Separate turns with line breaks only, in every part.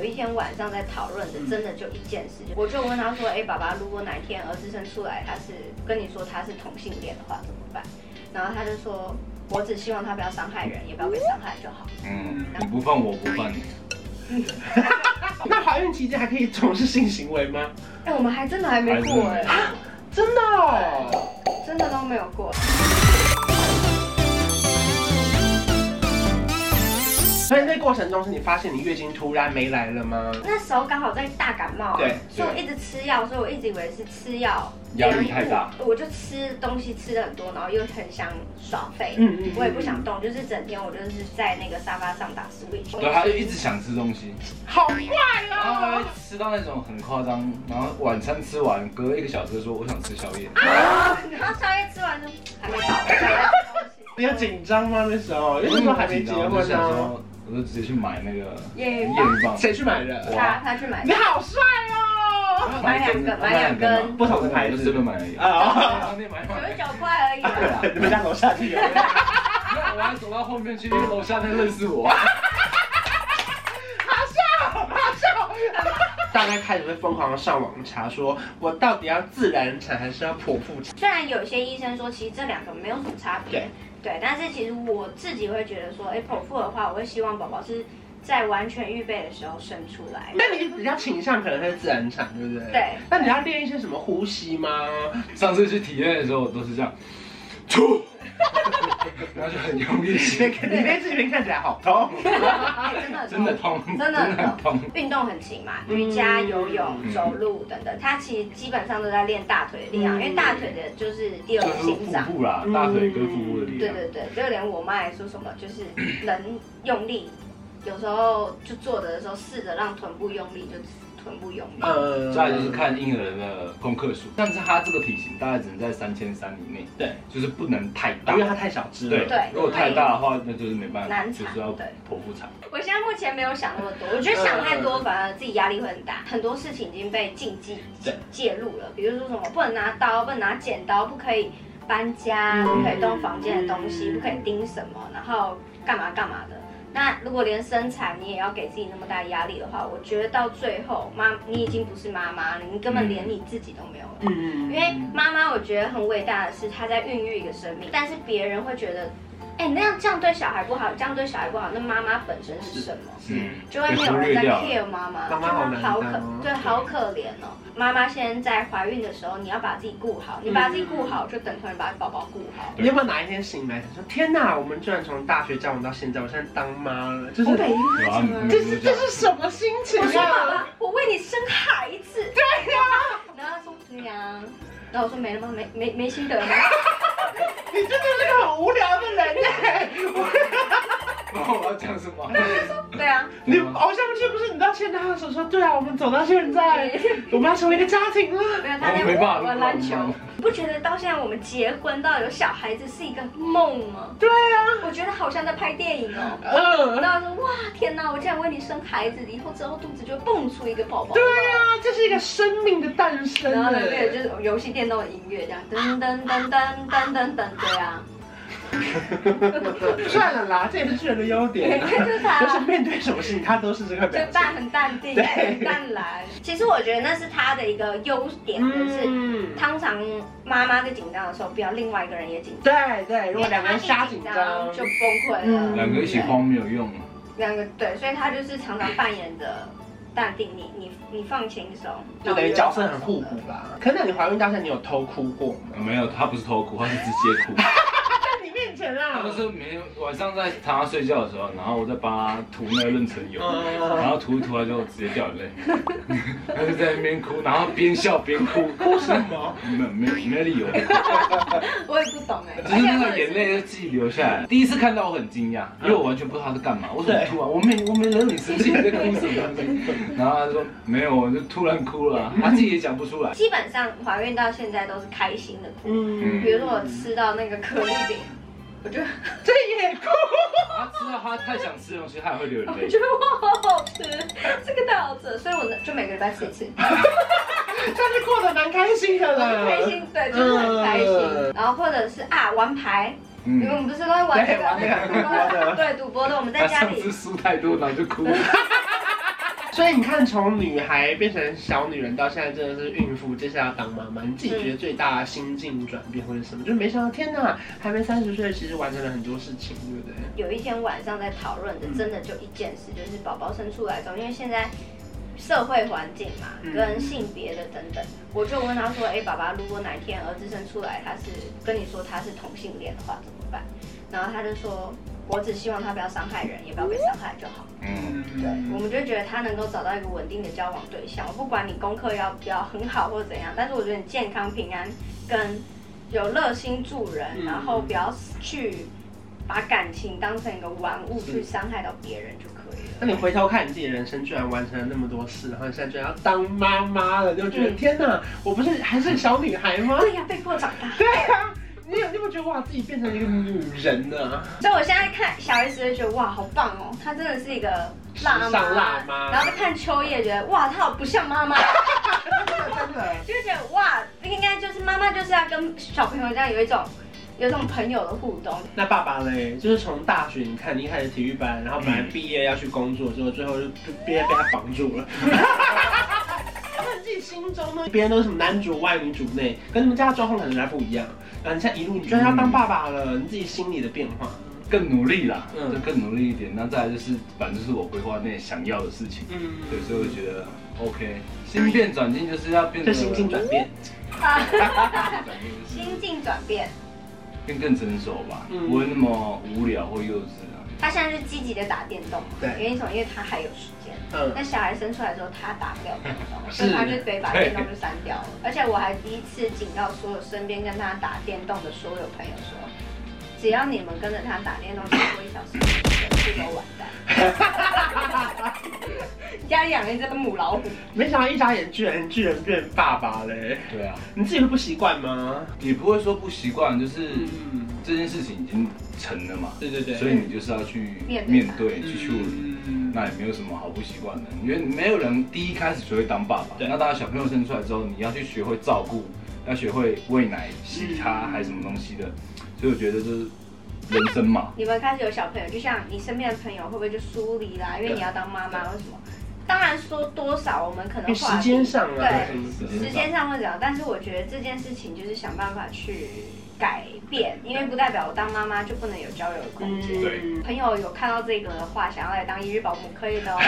一天晚上在讨论的，真的就一件事情。我就问他说：“哎、爸爸，如果哪一天儿子生出来，他是跟你说他是同性恋的话，怎么办？”然后他就说：“我只希望他不要伤害人，也不要被伤害就好。
嗯，你不犯我不犯你，
那怀孕期间还可以从事性行为吗？
哎，我们还真的还没过哎、
真的、哦？
真的都没有过。
所以在过程中是你发现你月经突然没来了吗？
那时候刚好在大感冒，啊
对
所以我一直吃药，所以我一直以为是吃药
压力太大，
我就吃东西吃的很多，然后又很想耍废，
嗯嗯嗯
我也不想动，就是整天我就是在那个沙发上打 Switch，
对，他就一直想吃东西，
好坏
然后他
哦
会！吃到那种很夸张，然后晚餐吃完隔一个小时就说我想吃宵夜，
然后宵夜吃完就还没到，还没到东西
你要紧张吗？那时候，因为那时候还没结
我就
婚啊
想
呢。
说，我就直接去买那个
耶
验孕棒，
谁去买的？
他他去买
你，好帅哦！
买两根买两根
不同的牌子
我就真的买了一 个。
啊，
当天买
九十
买。
九块而已
对
啊。
啊，
你们家楼下就有。
那我还走到后面去，因为楼下那认识我。
大概开始会疯狂的上网查，说我到底要自然产还是要剖腹产？
虽然有些医生说其实这两个没有什么差别，对，但是其实我自己会觉得说，哎、剖腹的话，我会希望宝宝是在完全预备的时候生出 来。
那你比较倾向可能是自然产，对不对？
对。
那你要练一些什么呼吸吗？
上次去体验的时候，我都是这样， 出，然后就很用力
你，你那视频看起来好痛。
哎真的很
真的痛，
真的很
很痛。
运动很勤嘛，
嗯
瑜伽、游泳、走路等等，他其实基本上都在练大腿的力量，
嗯
因为大腿的就是第二
就
个
是
心脏嗯
腹。部啦，大腿跟腹部的力
对
量。
对对，就连我妈也说什 么，就是人用力，有时候就坐着的时候试着让臀部用力，就臀部用力。
呃
再来就是看婴儿的功课数，但是他这个体型大概只能在三千三以内，
对，
就是不能太大
因为。它太小只
对
了。
对
如果太大的话，那就是没办法，
难
就
产
是要
对
剖腹产。
我现在目前没有想那么多，我觉得想太多反而自己压力会很大，很多事情已经被禁忌
对
介入了，比如说什么不能拿刀，不能拿剪刀，不可以搬家，不可以动房间的东西，不可以盯什么，然后干嘛干嘛的。那如果连生产你也要给自己那么大压力的话，我觉得到最后妈你已经不是妈妈了，你根本连你自己都没有了。
嗯
因为妈妈，我觉得很伟大的是她在孕育一个生命，但是别人会觉得，哎、你那样这样对小孩不好，这样对小孩不好，那妈妈本身是什么？
嗯，
就会没有人在 care 妈妈，
被忽略掉了妈妈好难
好
当哦
可对，好可怜哦。妈妈现在怀孕的时候，你要把自己顾好，你把自己顾好，就等同于把宝宝顾好。
你有没有哪一天醒来想说，天哪，我们居然从大学交往到现在，我现在当妈了，就是
我每一
有啊，你
这
们
是
是
这
这
是
样。
什么心情
我说爸
啊
爸？，我为你生孩 子。对呀、然后他说对呀、然后我说没了吗？没没没心得 吗？
你真的是个很无聊的人欸 耶！
然哦后我要讲什 么？
对啊，
你偶像剧不是你到现在他手说，对啊，我啊们走到现在，我们要成为一个家庭了。
没有他在
我没办法
玩篮球
我没办法。
你不觉得到现在我们结婚到有小孩子是一个梦吗？
对啊，
我觉得好像在拍电影哦。
嗯，
然后我说哇天哪，我竟然为你生孩子，以后之后肚子就会蹦出一个宝宝。
对啊，这是一个生命的诞生欸
然后呢，对，
耶。
就是游戏电动的音乐这样，噔噔噔噔噔噔噔，对啊，
算了啦，这也是巨人的优
对，
点啊，
就是
就是
他，
面对什么事情他都是这个
就
表情。
淡很淡定，
对
很淡然。其实我觉得那是他的一个优点，就是
嗯，
通常妈妈在紧张的时候，不要另外一个人也紧张。
对对，如果两个人瞎紧张，
就崩溃了，
嗯
两个一起慌没有用，啊
两个对，所以他就是常常扮演着淡定，你你你放轻松，
就等于角色很互补啦。可能你怀孕到现在，你有偷哭过吗？
没有，他不是偷哭，他是直接 哭。
在你面前
他
啊
就是每天晚上在躺下睡觉的时候，然后我再帮他涂那个润唇油，然
嗯
后涂一涂他就直接掉眼泪， 他就在那边哭，然后边笑边哭，
哭什么？
没有没有没 有理由。
我也不懂哎，
只是那个眼泪就自己流下来。第一次看到我很惊讶，因为我完全不知道他在干嘛，我怎么
对
突然我没我没惹你生气，你在哭什么东西？然后他就说没有，我就突然哭了啊，他自己也讲不出来。
基本上怀孕到现在都是开心的哭，
嗯
比如说我吃到那个可丽饼，我就
这也哭，
他知道他太想吃东西，他也会流眼
我
泪
觉。得哇好好吃，这个太好吃了，所以我呢就每个礼拜吃一 次，
啊但是过得蛮开心的啦。
开心对，就是很开心
嗯。
然后或者是啊玩牌，你
嗯，
们不是都会玩这
对玩那个赌博 啊
个？
的
对，赌博的我们在
他
家
上
里
次输太多，然后就哭了。
所以你看，从女孩变成小女人，到现在真的是孕妇，接下来要当妈妈，你自己
嗯
觉得最大的心境转变会是什么？就是没想到，天哪，还没三十岁，其实完成了很多事情，对不对？
有一天晚上在讨论的，真的就一件事，就是宝宝生出来之后，因为现在社会环境嘛，
嗯
跟性别的等等，我就问他说：“哎、爸爸，如果哪一天儿子生出来，他是跟你说他是同性恋的话，怎么办？”然后他就说：“我只希望他不要伤害人，也不要被伤害就好。”
嗯，
对，我们就觉得他能够找到一个稳定的交往对象，我不管你功课要不要很好或怎样，但是我觉得你健康平安跟有热心助人，
嗯
然后不要去把感情当成一个玩物去伤害到别人就可以
那你回头看你自己的人生，居然完成了那么多事，然后你现在居然要当妈妈了，就觉得、
嗯
天哪，我不是还是小女孩吗
了。？对呀，被迫长大。
对啊，你有你有没有觉得哇，自己变成一个女人呢？
所以我现在看小 S 就觉得哇，好棒哦，她真的是一个辣妈。
时尚辣妈
然后再看秋叶，觉得哇，她好不像妈妈。
真的真的，
就觉得哇，应该就是妈妈就是要跟小朋友这样有一种有一种朋友的互动。
那爸爸嘞，就是从大学你看你一开始体育班，然后本来毕业要去工作，结果最后就毕业被他绑住了。那你自己心中呢？别人都是什么男主外女主内，跟你们家的状况可能还不一样。然后你现在一路，你居然要当爸爸了，你自己心里的变化。
更努力啦，
嗯
就更努力一点。那再来就是，反正就是我规划内想要的事情。
嗯，
对，所以我觉得 OK，心变转进就是要变
这
得
心境转变。
转变就是
心境转变，
变更成熟吧，
嗯
不会那么无聊或幼稚啊。
他现在是积极的打电动嘛，
对
原因是什么？因为他还有时间。
嗯，
那小孩生出来之后，他打不了电动，
是
所以他就得把电动就删掉了。而且我还第一次警告所有身边跟他打电动的所有朋友说，只要你们跟着他打电动超过一小时，全部都完蛋。 家里养了一只母老虎，
没想到一眨眼居然居然变爸爸嘞，
对啊，
你自己会不习惯吗？
也不会说不习惯，就是
嗯，
这件事情已经成了嘛，
对对对，
所以你就是要去
面对它
面对、去处理。
嗯
那也没有什么好不习惯的，因为没有人第一开始就会当爸爸。
对
那当然，小朋友生出来之后，你要去学会照顾，要学会喂奶、洗他，
嗯
还是什么东西的。所以我觉得就是人生嘛，
你们开始有小朋友，就像你身边的朋友，会不会就疏离啦？因为你要当妈妈或什么。当然说多少，我们可
因
能
为
话
时
题
间上啊，
对
什么的
时间上会怎样，但是我觉得这件事情就是想办法去改变，因为不代表我当妈妈就不能有交友的空间。
嗯
对
朋友有看到这个的话，想要来当一日保姆可以的哦。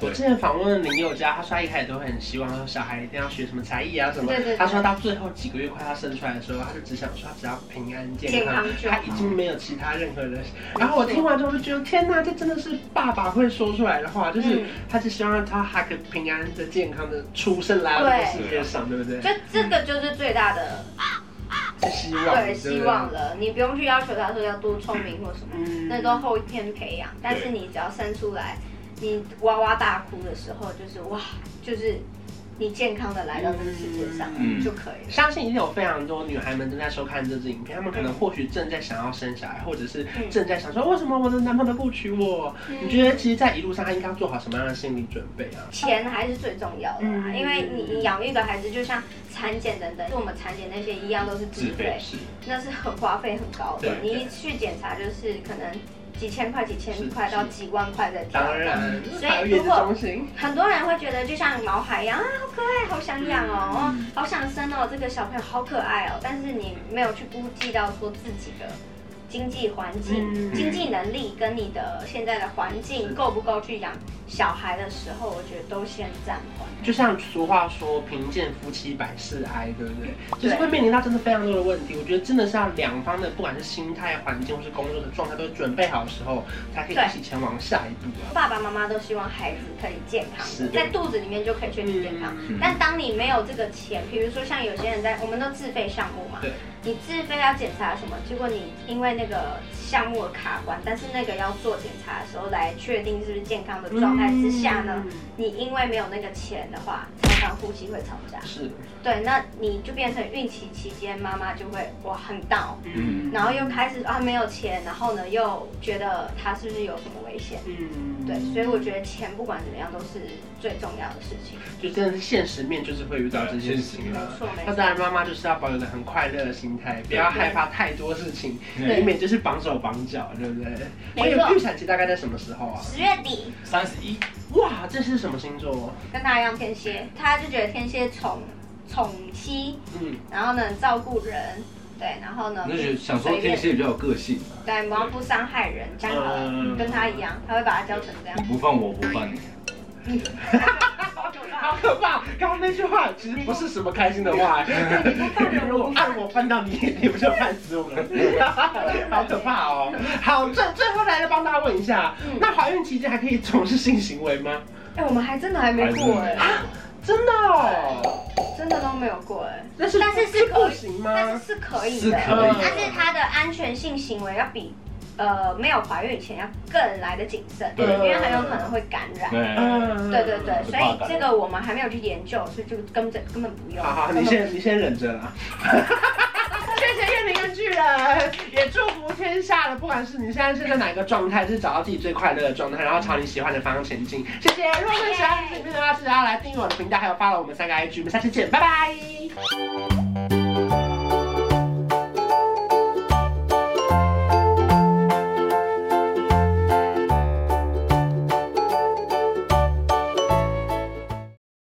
我之前访问林宥嘉，他说他一开始都会很希望说小孩一定要学什么才艺啊什么。
对对对
他说到最后几个月快要生出来的时候，他就只想说他只要平安 健
健
康
康，就
他
好
已经没有其他任何的。然后我听完之后就觉得天哪，这真的是爸爸会说出来的话， 就是
嗯
他只希望让他还可以平安的、健康的出生来到这个世界上，对不对
嗯就？这个就是最大的
是希望，
对
不
希望。了，你不用去要求他说要多聪明或什么，
嗯
那都后天培养。但是你只要生出来，你哇哇大哭的时候，就是哇，就是你健康的来到这个世界上
嗯
就可以了。
相信一定有非常多女孩们正在收看这支影片，她们可能或许正在想要生小孩，或者是
嗯
正在想说为什么我的男朋友不娶我？你觉得其实，在一路上她应该要做好什么样的心理准备啊？
钱还是最重要的啦，
嗯
因为你你养育的孩子就像产检等等，就我们产检那些一样都是自费，
是
那是很花费很高的
对。
你一去检查就是可能几千块、几千块
是
到几万块在跳。
当然，
嗯所以
还有月子中心，
很多人会觉得就像毛孩一样啊，好可爱，好想养
嗯
哦，哦好想生哦，这个小朋友好可爱哦。但是你没有去估计到说自己的经济环境、
嗯
经济能力跟你的现在的环境够不够去养小孩的时候，我觉得都先暂缓。
就像俗话说“贫贱夫妻百事哀”，对不对？
对
就是会面临到真的非常多的问题。我觉得真的是要两方的，不管是心态、环境或是工作的状态，都准备好的时候，才可以
对
一起前往下一步啊。
爸爸妈妈都希望孩子可以健康
是，
在肚子里面就可以确定健康。
嗯
但当你没有这个钱，比如说像有些人在，我们都自费项目嘛
对，
你自费要检查什么，结果你因为那个项目的卡关，但是那个要做检查的时候来确定是不是健康的状态之下呢，
嗯
你因为没有那个钱的话，常常夫妻会吵架。
是，
对，那你就变成孕期期间妈妈就会哇很闹，
嗯
然后又开始啊没有钱，然后呢又觉得他是不是有什么危险。
嗯
对，所以我觉得钱不管怎么样都是最重要的事情。
就真的是现实面就是会遇到这些事情
没
啊。
错，没
那
错。
当然，妈妈就是要保有的很快乐的心态，不要害怕太多事情，
对
以免就是绑手绑脚，对不对？
没错
所以预产期大概在什么时候啊？
十月底，
三十一
一，哇，这是什么星座？
跟他一样天蝎，他就觉得天蝎宠宠妻，
嗯，
然后呢照顾人，对，然后呢
那就想说
随
天
便，
蝎比较有个性，
对，然后不伤害人，这样好了，
嗯
跟他一样，他会把他教成这样
你。不放我，我放你。
好可
好
怕！
可怕！刚刚那句话其实不是什么开心的话， 如果按我翻到你，你不就翻死我们？好可怕哦！好，最最后来了，帮大家问一下，
嗯
那怀孕期间还可以从事性行为吗？
哎、我们还真的还没过哎、
真的哦？
真的都没有过哎、
但是
但是是可
不
以
行
但
吗？
是是可以
是
的，
可
以的
但是他的安全性行为要比呃没有怀孕前要更来的谨慎，
对
因为很有可能会感染。
嗯
对，
对对对，所
怕感
以
染
这个我们还没有去研究，所以就根本根本不用。
好好，你先你先忍着 啦。谢谢月明跟巨人，也祝福天下的，不管是你现在是在哪个状态，就是找到自己最快乐的状态，然后朝你喜欢的方向前进。谢谢，如果你喜欢这支影片的话，记得要来订阅我的频道，还有发了我们三个 IG，我们下期见，拜拜。